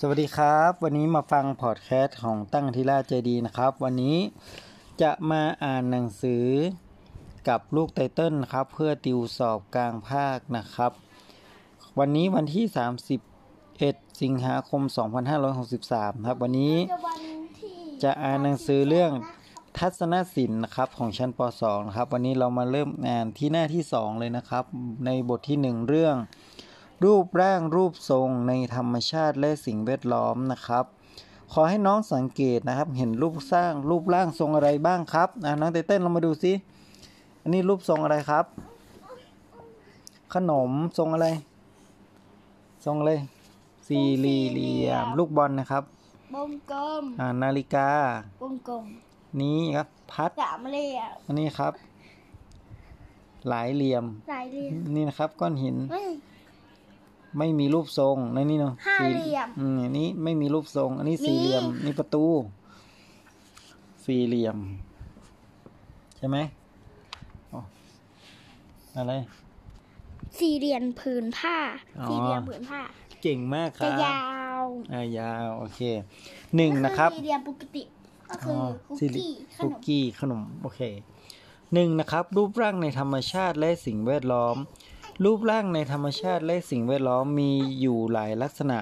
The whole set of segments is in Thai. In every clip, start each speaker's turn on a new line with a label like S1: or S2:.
S1: สวัสดีครับ วันนี้มาฟังพอดแคสต์ของตั้งทีราใจดีนะครับ วันนี้จะมาอ่านหนังสือกับลูกไตเติ้ลนะครับ เพื่อติวสอบกลางภาคนะครับ วันนี้วันที่ 31 สิงหาคม 2563 ครับ วันนี้จะอ่านหนังสือเรื่องทัศนศิลป์นะครับของชั้นป .2 นะครับ วันนี้เรามาเริ่มอ่านที่หน้าที่ 2 เลยนะครับ ในบททีหนึ่1 เรื่อง รูปร่างรูปทรงในธรรมชาติและสิ่งแวดล้อมนะครับ ขอให้น้องสังเกตนะครับ เห็นรูปสร้างรูปร่างทรงอะไรบ้างครับอ่ะน้องไตเต้นเรามาดูซิอันนี้รูปทรงอะไรครับ ขนมทรงอะไร ทรงเลยสี่เหลี่ยมลูกบอลนะครับ
S2: วงกลม
S1: อ่านาฬิกาว
S2: งกลม
S1: นี้ครับพัด
S2: สามเหลี่ยม
S1: อันนี้ครับ หลายเหลี่ยม
S2: สายเหลี่ยม
S1: นี่นะครับ ก้อนหิน
S2: เฮ้ย
S1: ไม่มีรูปทรงในนี่เนาะ
S2: ห้าเหลี่ยม
S1: อืมอันนี้ไม่มีรูปทรง อันนี้
S2: มี
S1: สี่เหลี่ยมนี่ประตู สี่เหลี่ยม ใช่ไหมอ๋ออะไร
S2: สี่เหลี่ยมผืนผ้า
S1: อ๋อ
S2: สี่เหลี่ยมผืนผ้า
S1: เก่งมากครั
S2: จะ
S1: บ
S2: ยาว
S1: อ่ายาวโอเคหนึ่งนะครับ
S2: ก็อสี่เหลี่ยมปกติ ก็คืออคุก
S1: ซีรี
S2: กี้
S1: ส์
S2: ข
S1: คุ
S2: น
S1: ก
S2: ม
S1: กี้ขนมโอเคหนึ่งนะครับ รูปร่างในธรรมชาติและสิ่งแวดล้อม รูปร่างในธรรมชาติและสิ่งแวดล้อมมีอยู่หลายลักษณะ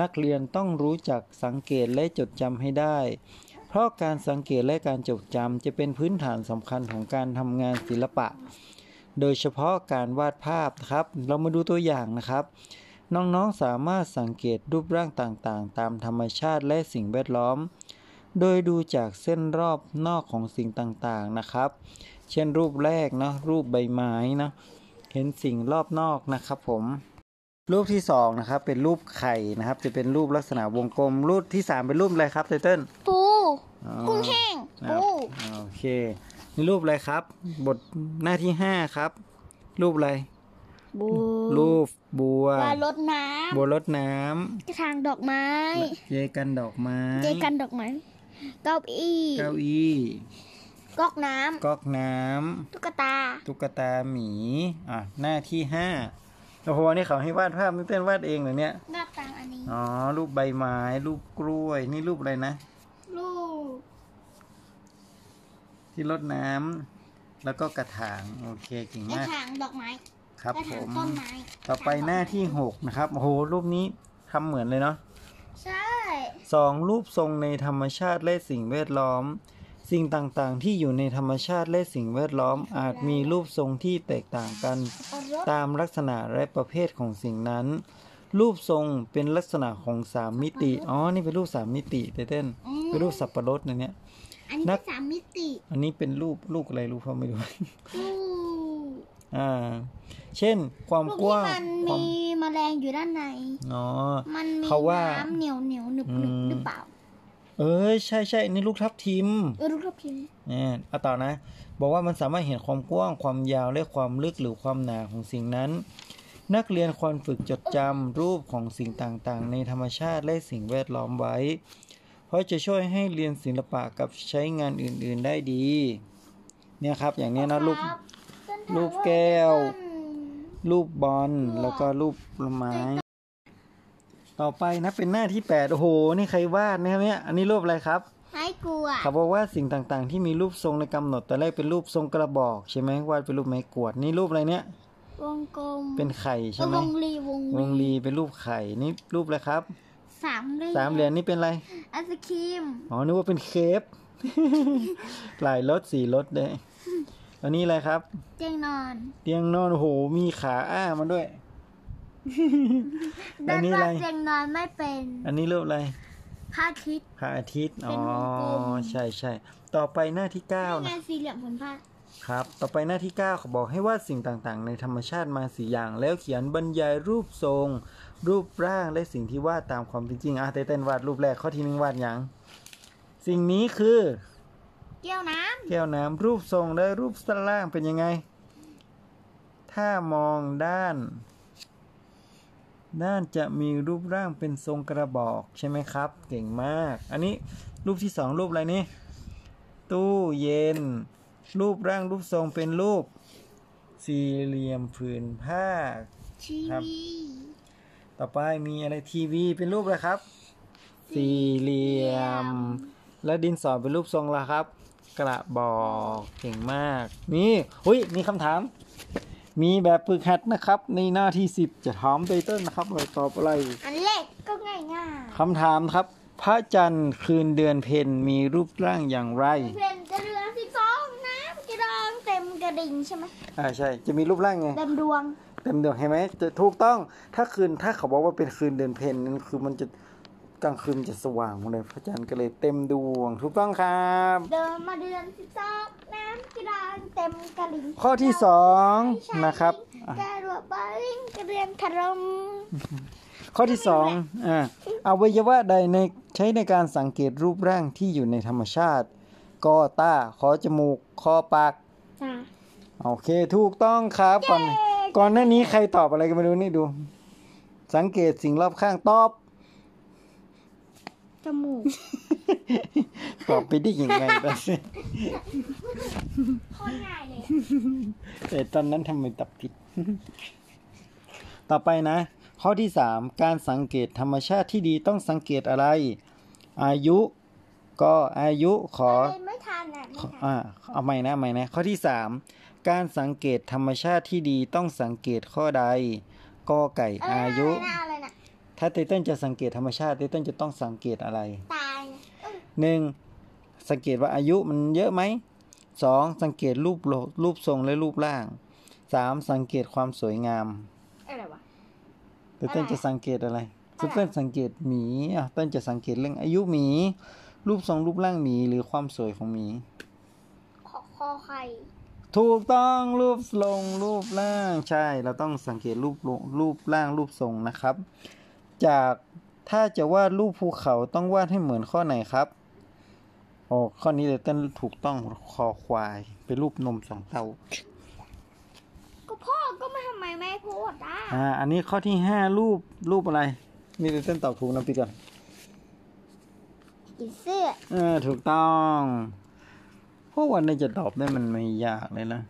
S1: นักเรียนต้องรู้จักสังเกตและจดจำให้ได้ เพราะการสังเกตและการจดจำจะเป็นพื้นฐานสำคัญของการทำงานศิลปะ โดยเฉพาะการวาดภาพนะครับ เรามาดูตัวอย่างนะครับ น้องๆสามารถสังเกตรูปร่างต่างๆ ตามธรรมชาติและสิ่งแวดล้อม โดยดูจากเส้นรอบนอกของสิ่งต่างๆนะครับ เช่นรูปแรกเนาะรูปใบไม้เนาะเห็นสิ่งรอบนอกนะครับผม รูปที่สองนะครับเป็นรูปไข่นะครับ จะเป็นรูปลักษณะวงกลม รูปที่สามเป็นรูปอะไรครับไตเติ้ล
S2: ปู
S1: อ๋อ
S2: กุ้งแห้ง
S1: ครับ
S2: ปู
S1: โอเคนี่รูปอะไรครับ บทหน้าที่ห้าครับ รูปอะไร
S2: บู
S1: รูปบัว
S2: ปลารดน้
S1: บัวรดน้
S2: ำกระถางดอกไม้
S1: ำเจกันดอกไม้
S2: เจกันดอกไม้เก้าอี้
S1: เก้าอี้
S2: ก๊อกน้
S1: ก๊อกน้ำ
S2: ำตุ๊กตา
S1: ตุ๊กตาหมี อ่ะ หน้าที่ห้าโอ้โหนี่เขาให้วาดภาพนี่เต้นวาดเองเหรอเนี่ย
S2: หน้าตางอันนี้
S1: อ๋อ รูปใบไม้ รูปกล้วย นี่รูปอะไรนะ
S2: ลูก
S1: ที่รดน้ำ แล้วก็กระถาง โอเคเก่ง
S2: กระ
S1: มาก
S2: ถางดอกไม้
S1: ครับ
S2: กระ
S1: ผ
S2: ถาง
S1: ม
S2: ต้นไม้
S1: ต่อไปหน้าที่หกนะครับ โอ้โห รูปนี้ทำเหมือนเลยเนาะ
S2: ใช่
S1: สองรูปทรงในธรรมชาติและสิ่งแวดล้อม สิ่งต่างๆ ที่อยู่ในธรรมชาติและสิ่งแวดล้อม อาจมีรูปทรงที่แตกต่างกัน ตามลักษณะและประเภทของสิ่งนั้น รูปทรงเป็นลักษณะของสามมิติ อ๋อ นี่เป็นรูปสามมิติเต้น
S2: อืม
S1: เป็นรูปสับปะรดนะเนี่ย
S2: อันนี้
S1: นั
S2: เป็
S1: ก
S2: นสามมิติ
S1: อันนี้เป็นรูปลูกอะไรรูปเขาไม่รู้
S2: ลูก
S1: อ่า เช่น ความ
S2: ลูก
S1: ก
S2: ที่
S1: ว้าง
S2: มัน
S1: ควา
S2: มี
S1: ม
S2: แมลงอยู่ด้านใน
S1: อ๋อ
S2: มันมี
S1: เขาว่า
S2: น้ำเหนียวเหนียวหนึบหนึบ
S1: อืม
S2: หรือเปล่า
S1: เอ้ยใช่ใช่นี่ลูกทับทิม
S2: เออลูกทับทิม
S1: เนี่ยเอาต่อนะ บอกว่ามันสามารถเห็นความกว้าง ความยาว และความลึกหรือความหนาของสิ่งนั้น นักเรียนควรฝึกจดจำรูปของสิ่งต่างๆ ในธรรมชาติและสิ่งแวดล้อมไว้ เพราะจะช่วยให้เรียนศิลปะกับใช้งานอื่นๆได้ดี เนี่ยครับ อย่างเนี้ยนะรูป
S2: ครับต้นถาม
S1: รูป
S2: า
S1: แก้ว
S2: ต้น
S1: รูปบอลแล้วก็รูปไม้ ต่อไปนะเป็นหน้าที่ 8 โอ้โห นี่ใครวาดนะครับเนี่ยอันนี้รูปอะไรครับ
S2: ให้กลัว
S1: เขาบอกว่าสิ่งต่างๆ ที่มีรูปทรงในกำหนดแต่แรกเป็นรูปทรงกระบอกใช่ไหมวาดเป็นรูปไม้กวาดนี่รูปอะไรเนี่ยว
S2: งกลม
S1: เป็นไข่
S2: เอ
S1: ใช่
S2: อ
S1: ไหม
S2: วงรีวง
S1: วง
S2: รี
S1: รีเป็นรูปไข่นี่รูปอะไรครับ
S2: สามเหลี่ยม
S1: สามเหลี่ยมนี่เป็นอะไร
S2: ไอศครีม
S1: อ๋อนึกว่าเป็นเค ฟ หลายรสสี่รสเลยอันนี้อะไรครับ
S2: เตียงนอน
S1: เตียงนอนโอ้โหมีขาอ้ามัน ด้วย อั
S2: ด้าน น
S1: นี้อะไร
S2: ล่างเตียงนอนไม่เป็น
S1: อันนี้รูปอะไร
S2: พระอาทิตย์
S1: พระอาทิตย์อ๋อ
S2: เป็นวงกลม
S1: ใช่ใช่ต่อไปหน้าที่เก้า
S2: นี่ไง
S1: นะ
S2: สี่เหลี่ยมผืนผ้า
S1: ครับ ต่อไปหน้าที่ 9เขาบอกให้วาดสิ่งต่างๆ ในธรรมชาติมาสี่อย่าง แล้วเขียนบรรยายรูปทรง รูปร่างและสิ่งที่วาดตามความเป็นจริงอ่ะเต้นวาดรูปแรกข้อที่หนึ่งวาดหยัง สิ่งนี้คือ
S2: แก้วน้
S1: แก้วน้ำรูปทรงและรูปสันล่างเป็นยังไง ถ้ามองด้าน ด้านจะมีรูปร่างเป็นทรงกระบอกใช่ไหมครับ เก่งมาก อันนี้รูปที่สองรูปอะไรนี่ ตู้เย็น รูปร่างรูปทรงเป็นรูป
S2: ำ
S1: สี่เหลี่ยมผืนผ้า
S2: ชี
S1: ครับ
S2: วี
S1: ต่อไปมีอะไรทีวีเป็นรูปอะไรครับ สี่เหลี่ยม และดินสอเป็นรูปทรงละไรครับ กระบอกเก่งมาก นี่หุยมีคำถาม มีแบบฝึกหัดนะครับ ในหน้าที่ 10 จะถามไตเติ้ลนะครับว่าตอบอะไร
S2: อันเล็กก็ง่ายง่าย
S1: คำถามครับ พระจันทร์คืนเดือนเพ็ญมีรูปร่างอย่างไร
S2: ๆเพื่อนจะเรืองสิบสองน้ำกระดองเต็มกระดิ่งใช่ไหม
S1: อ่าใช่ จะมีรูปร่างไง
S2: เต็มดวง
S1: เต็มดวงเห็นไหมจะถูกต้อง ถ้าคืน ถ้าเขาบอกว่าเป็นคืนเดือนเพ็ญนั่นคือมันจะกลางคืนมันจะสว่างหมดเลย พระจันทร์ก็เลยเต็มดวง ถูกต้องครับ
S2: เดินมาเดือนสิบสองน้ำกระดองเต็มกระดิ่ง
S1: ข้อที่สองนะครับอ่ะ
S2: กระโดดบอลลิงกระเดือนทะลม
S1: ข้อที่สองอ่าอวัยวะใดในใช้ในการสังเกตรูปร่างที่อยู่ในธรรมชาติ ก็ตาขอจมูก คอปาก
S2: จ้ะ
S1: โอเคถูกต้องครับก่อน
S2: เย้
S1: ก่อนหน้านี้ใครตอบอะไรกันไม่รู้นี่ดู สังเกตสิ่งรอบข้างตอบ
S2: จมูก
S1: ตอบไปได้ยัง ไงตอนนี้
S2: โคตรง่ายเลยอะ
S1: แต่ตอนนั้นทำไมตอบผิด ต่อไปนะ ข้อที่สามการสังเกตธรรมชาติที่ดีต้องสังเกตอะไร อายุก็อายุขอ
S2: เลยไม่ทันอ่ะไม่ทัน
S1: อ่าเอาใหม่นะเอาใหม่นะข้อที่ 3 การสังเกตธรรมชาติที่ดีต้องสังเกตข้อใดกอไก่
S2: เ
S1: อายุ
S2: ะไรนะอะไรนะ
S1: ถ้าไตเติ้ลจะสังเกตธรรมชาติไตเติ้ลจะต้องสังเกตอะไร
S2: ตายนะเอ้ย
S1: หนึ่งสังเกตว่าอายุมันเยอะไหมสองสังเกตรูปโลรูปทรงและรูปร่างสามสังเกตความสวยงาม
S2: อะไรวะ
S1: ไตเติ้ลจะสังเกตอะไรไตเติ้ลสังเกตหมีอ่ะเติ้ลจะสังเกตเรื่องอายุหมี รูปทรงรูปร่างหมีหรือความสวยของหมี
S2: ขอคอไข่
S1: ถูกต้องรูปทรงรูปร่างใช่เราต้องสังเกตรูปรูปร่างรูปทรงนะครับ จากถ้าจะวาดรูปภูเขาต้องวาดให้เหมือนข้อไหนครับโอ้ข้อนี้เลยเต้นถูกต้องคอควาย เป็นรูปนมสองเตา
S2: ก็พ่อก็ไม่ทำไมไม่พูดอ่ะ
S1: อ่าอันนี้ข้อที่ห้ารูปรูปอะไร มีแต่เต้นตอบถูกนะพี่ก่อน
S2: กินเสื้อ
S1: เออถูกต้องพวกวันนี้จะตอบได้มันไม่ยากเลยนะ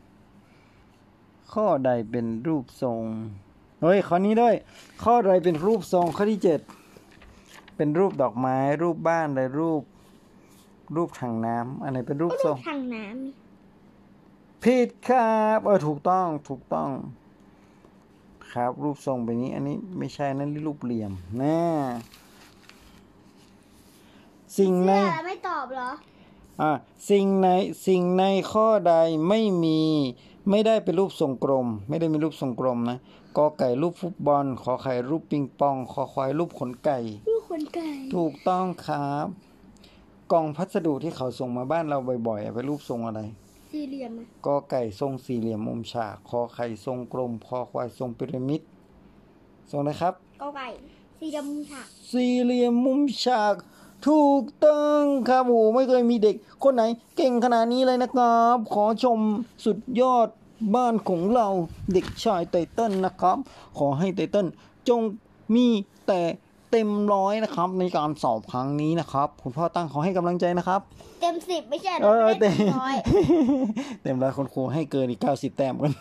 S1: ข้อใดเป็นรูปทรง เฮ้ยข้อนี้ด้วย ข้อใดเป็นรูปทรงข้อที่เจ็ดเป็นรูปดอกไม้ รูปบ้านและรูป รูปถังน้ำอันไหนเป็นรูป
S2: ก็
S1: ท
S2: ดู
S1: รง
S2: ทางน้ำนี่
S1: ผิดครับเออถูกต้องถูกต้อง ครับ รูปทรงแบบนี้ อันนี้ไม่ใช่นั่นรูปเหลี่ยมนะสิ่งใน
S2: เสื้อแล้วไม่ตอบเหรอ
S1: อ่ะสิ่งในสิ่งในข้อใดไม่มีไม่ได้เป็นรูปทรงกลม ไม่ได้มีรูปทรงกลมนะกอไก่รูปฟุตบอล ขอไข่รูปปิงปอง คอควายรูปขนไก่
S2: ดูคนไก่
S1: ถูกต้องครับ กล่องพัสดุที่เขาส่งมาบ้านเราบ่อยๆอ่ะเป็นรูปทรงอะไร
S2: สี่เหลี่ยมอะ
S1: กอไก่ทรงสี่เหลี่ยมมุมฉากคอไข่ทรงกลม คอควายทรงพีระมิดทรงนะครับ
S2: ก็ไก่สี่ดำค่ะ
S1: สี่เหลี่ยมมุมฉาก ถูกต้องครับโอ้โหไม่เคยมีเด็ก คนไหนเก่งขนาดนี้เลยนะครับ ขอชมสุดยอดบ้านของเราเด็กชายไตเติ้ลนะครับ ขอให้ไตเติ้ลจงมีแต่เต็มร้อยนะครับ ในการสอบครั้งนี้นะครับ คุณพ่อตั้งขอให้กำลังใจนะครับ
S2: เต็มสิบไม่ใช่หร
S1: เออ
S2: ไม่ได้
S1: เต็ม
S2: เต็มร้อย
S1: เต็มร้อยคนครูให้เกินอีกเก้าสิบแต้มกัน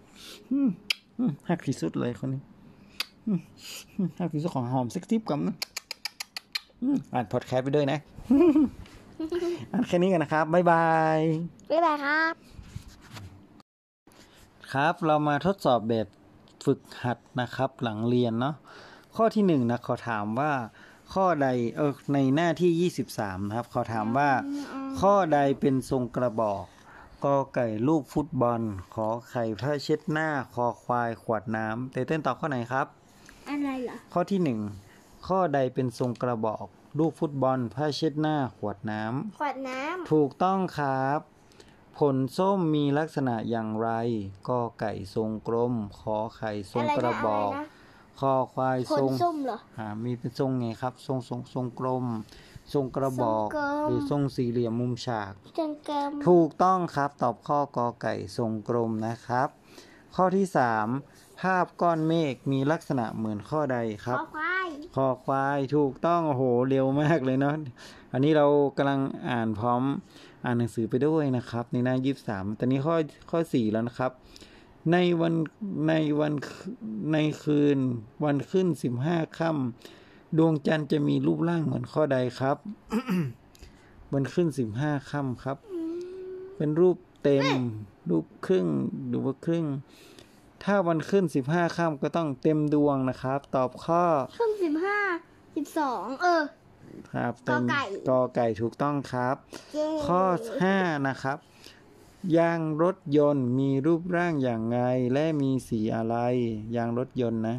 S1: หักที่สุดเลยคนนี้หักที่สุดของหอมเซ็กซี่กับนะอืมอ่านพอดแคสต์ไปด้วยนะ อ่านแค่นี้กันนะครับ บ๊ายบาย
S2: บ๊ายบายครับ
S1: ครับเรามาทดสอบแบบฝึกหัดนะครับหลังเรียนเนาะข้อที่หนึ่งนะขอถามว่าข้อใดเออในหน้าที่ 23 นะครับขอถามว่า ข้อใดเป็นทรงกระบอกกอไก่ลูกฟุตบอล ขอไข่ผ้าเช็ดหน้า คอควายขวดน้ำเตเต้นตอบข้อไหนครับ
S2: อะไรเหรอ
S1: ข้อที่หนึ่งข้อใดเป็นทรงกระบอก ลูกฟุตบอล ผ้าเช็ดหน้า ขวดน้ำ
S2: ขวดน้
S1: ถูกต้องครับ ผลส้มมีลักษณะอย่างไรกอไก่ทรงกลมขอไข่
S2: ำ
S1: ทรง
S2: ไร
S1: กระ
S2: น
S1: บอก
S2: ไรนะ
S1: คอควาย
S2: ข
S1: ท
S2: น
S1: รง
S2: ส้มเหรอ
S1: อ่ามีเป็นทรงไงครับ ทรงทรงทรงกลม ทรงกระบอก
S2: ทรงกลม
S1: หรือทรงสี่เหลี่ยมมุมฉาก
S2: จนเกิม
S1: ถูกต้องครับตอบข้อกอไก่ทรงกลมนะครับ ข้อที่สามภาพก้อนเมฆมีลักษณะเหมือนข้อใดค
S2: ข
S1: รับ
S2: อควาย
S1: คอควายถูกต้องโอ้โหเร็วมากเลยเนาะอันนี้เรากำลังอ่านพร้อม อ่านหนังสือไปด้วยนะครับ ในหน้ายี่สามตอนนี้ข้อข้อสี่แล้วนะครับ ในวันในวันในคืนวันขึ้นสิบห้าค่ำดวงจันทร์จะมีรูปร่างเหมือนข้อใดครับ วันขึ้นสิบห้าค่ำครับ
S2: อืม
S1: เป็นรูปเต็ม รูปครึ่งหรือว่าครึ่ง ถ้าวันขึ้นสิบห้าค่ำก็ต้องเต็มดวงนะครับ ตอบข้อ
S2: เครื่องสิบห้าสิบสองเออ
S1: ครับเป็น
S2: กอไก่
S1: กอไก่ถูกต้องครับ
S2: เย้
S1: ข้อ 5 นะครับ ยางรถยนต์มีรูปร่างอย่างไงและมีสีอะไร ยางรถยนต์นะ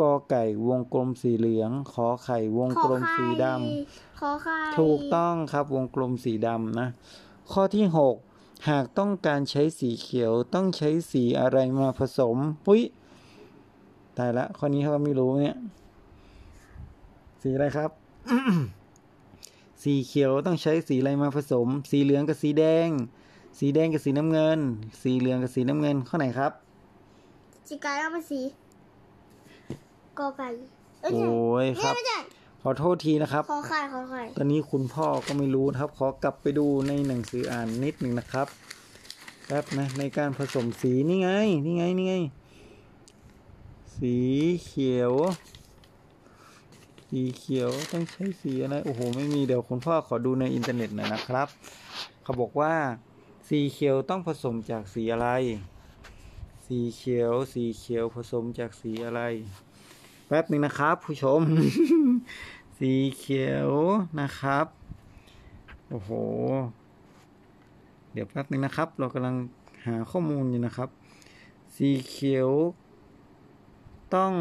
S1: กอไก่วงกลมสีเหลือง ขอไข่วง
S2: ขอก
S1: ลม
S2: ไข่
S1: สีด
S2: ขอไข่
S1: ำถูกต้องครับวงกลมสีดำนะ ข้อที่ 6 หากต้องการใช้สีเขียวต้องใช้สีอะไรมาผสมปุ้ยตายละข้อนี้เขาก็ไม่รู้เนี่ย สีอะไรครับ สีเขียวต้องใช้สีอะไรมาผสม สีเหลืองกับสีแดง สีแดงกับสีน้ำเงิน สีเหลืองกับสีน้ำเงินข้อไหนครับ
S2: จิกายเอามาสีกอไก่เอ้ย
S1: โอ้ยค
S2: ไม่
S1: รับ
S2: ใช่ไม่ใช่
S1: ขอโทษทีนะครับ
S2: ขอไข่ขอไข่
S1: ตอนนี้คุณพ่อก็ไม่รู้นะครับ ขอกลับไปดูในหนังสืออ่านนิดหนึ่งนะครับแป๊บนะในการผสมสีนี่ไง นี่ไงนี่ไง สีเขียว สีเขียวต้องใช้สีอะไรโอ้โหไม่มีเดี๋ยวคุณพ่อขอดูในอินเทอร์เน็ตหน่อยนะครับ เขาบอกว่า สีเขียวต้องผสมจากสีอะไร สีเขียว สีเขียวผสมจากสีอะไร แป๊บหนึ่งนะครับ ผู้ชม สีเขียวนะครับ โอ้โห เดี๋ยวแป๊บหนึ่งนะครับ เรากำลังหาข้อมูลอยู่นะครับ สีเขียว ต้อง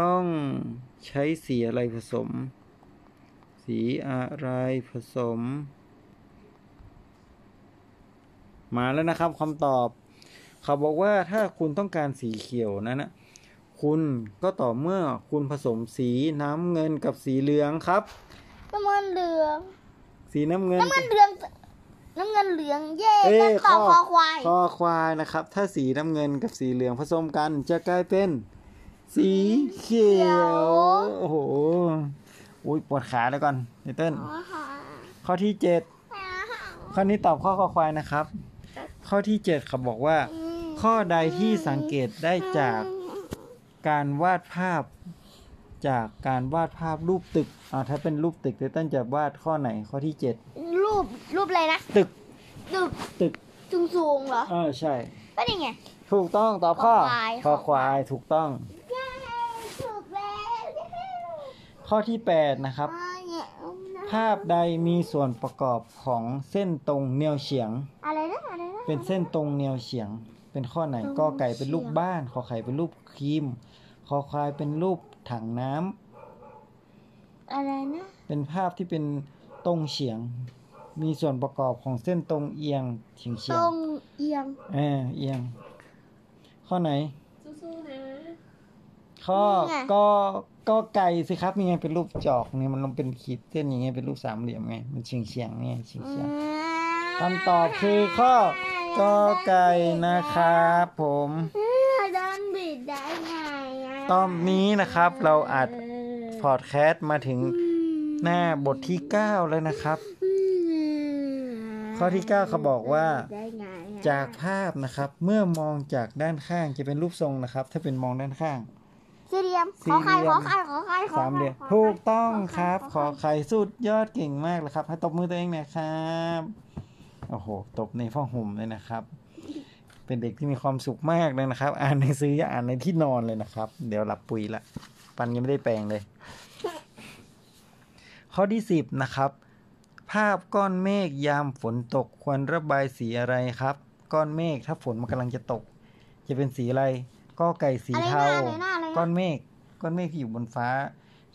S1: ต้องใช้สีอะไรผสม สีอะไรผสม มาแล้วนะครับคำตอบ เขาบอกว่าถ้าคุณต้องการสีเขียวนั้นนะ คุณก็ต่อเมื่อคุณผสมสีน้ำเงินกับสีเหลืองครับ
S2: น้ำเงินเหลือง
S1: สีน้ำเงิน
S2: น้ำเงินเหลืองน้ำเงินเหลืองเย้
S1: เอ้
S2: ก็
S1: ย
S2: ตอบคอควาย
S1: ข้อควายนะครับ ถ้าสีน้ำเงินกับสีเหลืองผสมกันจะกลายเป็น สีเขี
S2: เขี
S1: ย
S2: ยว ว
S1: โอ้โหอุ้ยปวดขาแล้วก่อนไนเติ้ล
S2: ขอไข่
S1: ข้อที่เจ็ดข้อนี้ตอบข้อข้อควายนะครับ ข้อที่เจ็ดเขาบอกว่า
S2: อืม
S1: ข้อใดที่สังเกตได้จากการวาดภาพ จากการวาดภาพรูปตึกอ่าถ้าเป็นรูปตึกไตเติ้ลจะวาดข้อไหนข้อที่เจ็ด
S2: รูปรูปอะไรนะ
S1: ตึก
S2: ตึก
S1: ตึก
S2: สูงสูงๆเหรอ
S1: เออใช่
S2: ก็นี่ไง
S1: ถูกต้องตอบข้อ
S2: ข้อควาย
S1: ข้อควายถูกต้อง
S2: ถูกแล้ว
S1: ข้อที่ 8 นะครับ ภาพใดมีส่วนประกอบของเส้นตรงแนวเฉียง
S2: อะไรนะอะไรนะ
S1: เป็นเส้นตรงแนวเฉียง เป็นข้อไหนกอไก่เป็นรูปบ้านขอไข่เป็นรูปครีมคอควายเป็นรูปถังน้ำ
S2: อะไรนะ
S1: เป็นภาพที่เป็นตรงเฉียง มีส่วนประกอบของเส้นตรงเอียงเฉียงเฉี
S2: ต
S1: ย
S2: รง งเอียง
S1: เออเอียง ข้อไหน
S2: สู้ๆนะ
S1: ข้อ
S2: นี่ไง
S1: ก็ก็ไก่สิครับนี่ไงเป็นรูปจอกนี่มันลงเป็นขีดเส้นอย่างเงี้ยเป็นรูปสามเหลี่ยมไงมันเฉียงเฉียงๆไงเฉียงเฉียงๆคำตอบคือข้อกอไก่นะครับผม
S2: โดนบิดได้ไงะ
S1: ตอนนี้นะครับเราอัดพอดแคสต์มาถึง
S2: อืม
S1: หน้าบทที่ 9 แล้วนะครับ
S2: อืม
S1: ข้อที่เก้าเขาบอกว่า
S2: ได้ไงอะ
S1: จากภาพนะครับ เมื่อมองจากด้านข้างจะเป็นรูปทรงนะครับ ถ้าเป็นมองด้านข้าง
S2: สี่เหลี่ยม
S1: สี่
S2: ขอไข่
S1: เหลี่
S2: ข
S1: ย
S2: อ
S1: ม
S2: ไข่ขอไข่ขอไข่
S1: สามเหลี่ยม
S2: ขไข่
S1: ถูกต้อง
S2: ไ
S1: ครับ ขอ
S2: ไข่
S1: ไข่สุดยอดเก่งมากเลยครับให้ตบมือตัวเองหนะครับโอ้โหตบในฟ้องห่มเลยนะครับ เป็นเด็กที่มีความสุขมากเลยนะครับ อ่านหนังสืออย่าอ่านในที่นอนเลยนะครับ เดี๋ยวหลับปุ๋ยละ ปันยังไม่ได้แปลงเลย ข้อที่สิบนะครับ ภาพก้อนเมฆยามฝนตกควรระบายสีอะไรครับ ก้อนเมฆถ้าฝนมันกำลังจะตก จะเป็นสีอะไรก็ไก่สี
S2: อะไร
S1: เทา
S2: นะอะไรนะอะไร
S1: ก้อ
S2: นะ
S1: นเมฆก้อนเมฆที่อยู่บนฟ้า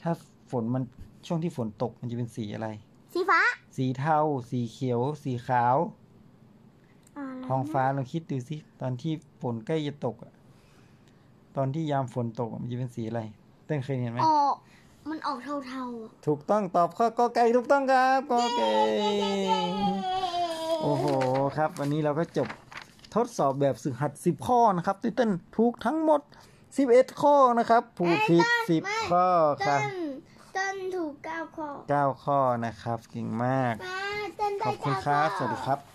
S1: ถ้าฝนมันช่วงที่ฝนตกมันจะเป็นสีอะไร
S2: สีฟ้า
S1: สีเทา สีเขียว สีขาว
S2: ะไรนะ
S1: ท้องฟ้าลองคิดดูสิตอนที่ฝนใกล้จะตกอะตอนที่ยามฝนตกอะมันจะเป็นสีอะไร เต้นเคยเห็นไหม
S2: ออก มันออกเทาๆอะ
S1: ถูกต้องตอบข้อก็ไก่ถูกต้องครับก็ไก่โอ้โหครับ วันนี้เราก็จบทดสอบแบบสึกหัด 10 ข้อนะครับติเต้นถูกทั้งหมด 11 ข้อนะครับผูกผิด10 ข้อค
S2: ต้
S1: รับ
S2: นต้นถูกเก้าข้อ
S1: เก้าข้อนะครับเก่งมาก
S2: ป้า ได้
S1: ขอบคุณครับ สวัสดีครับ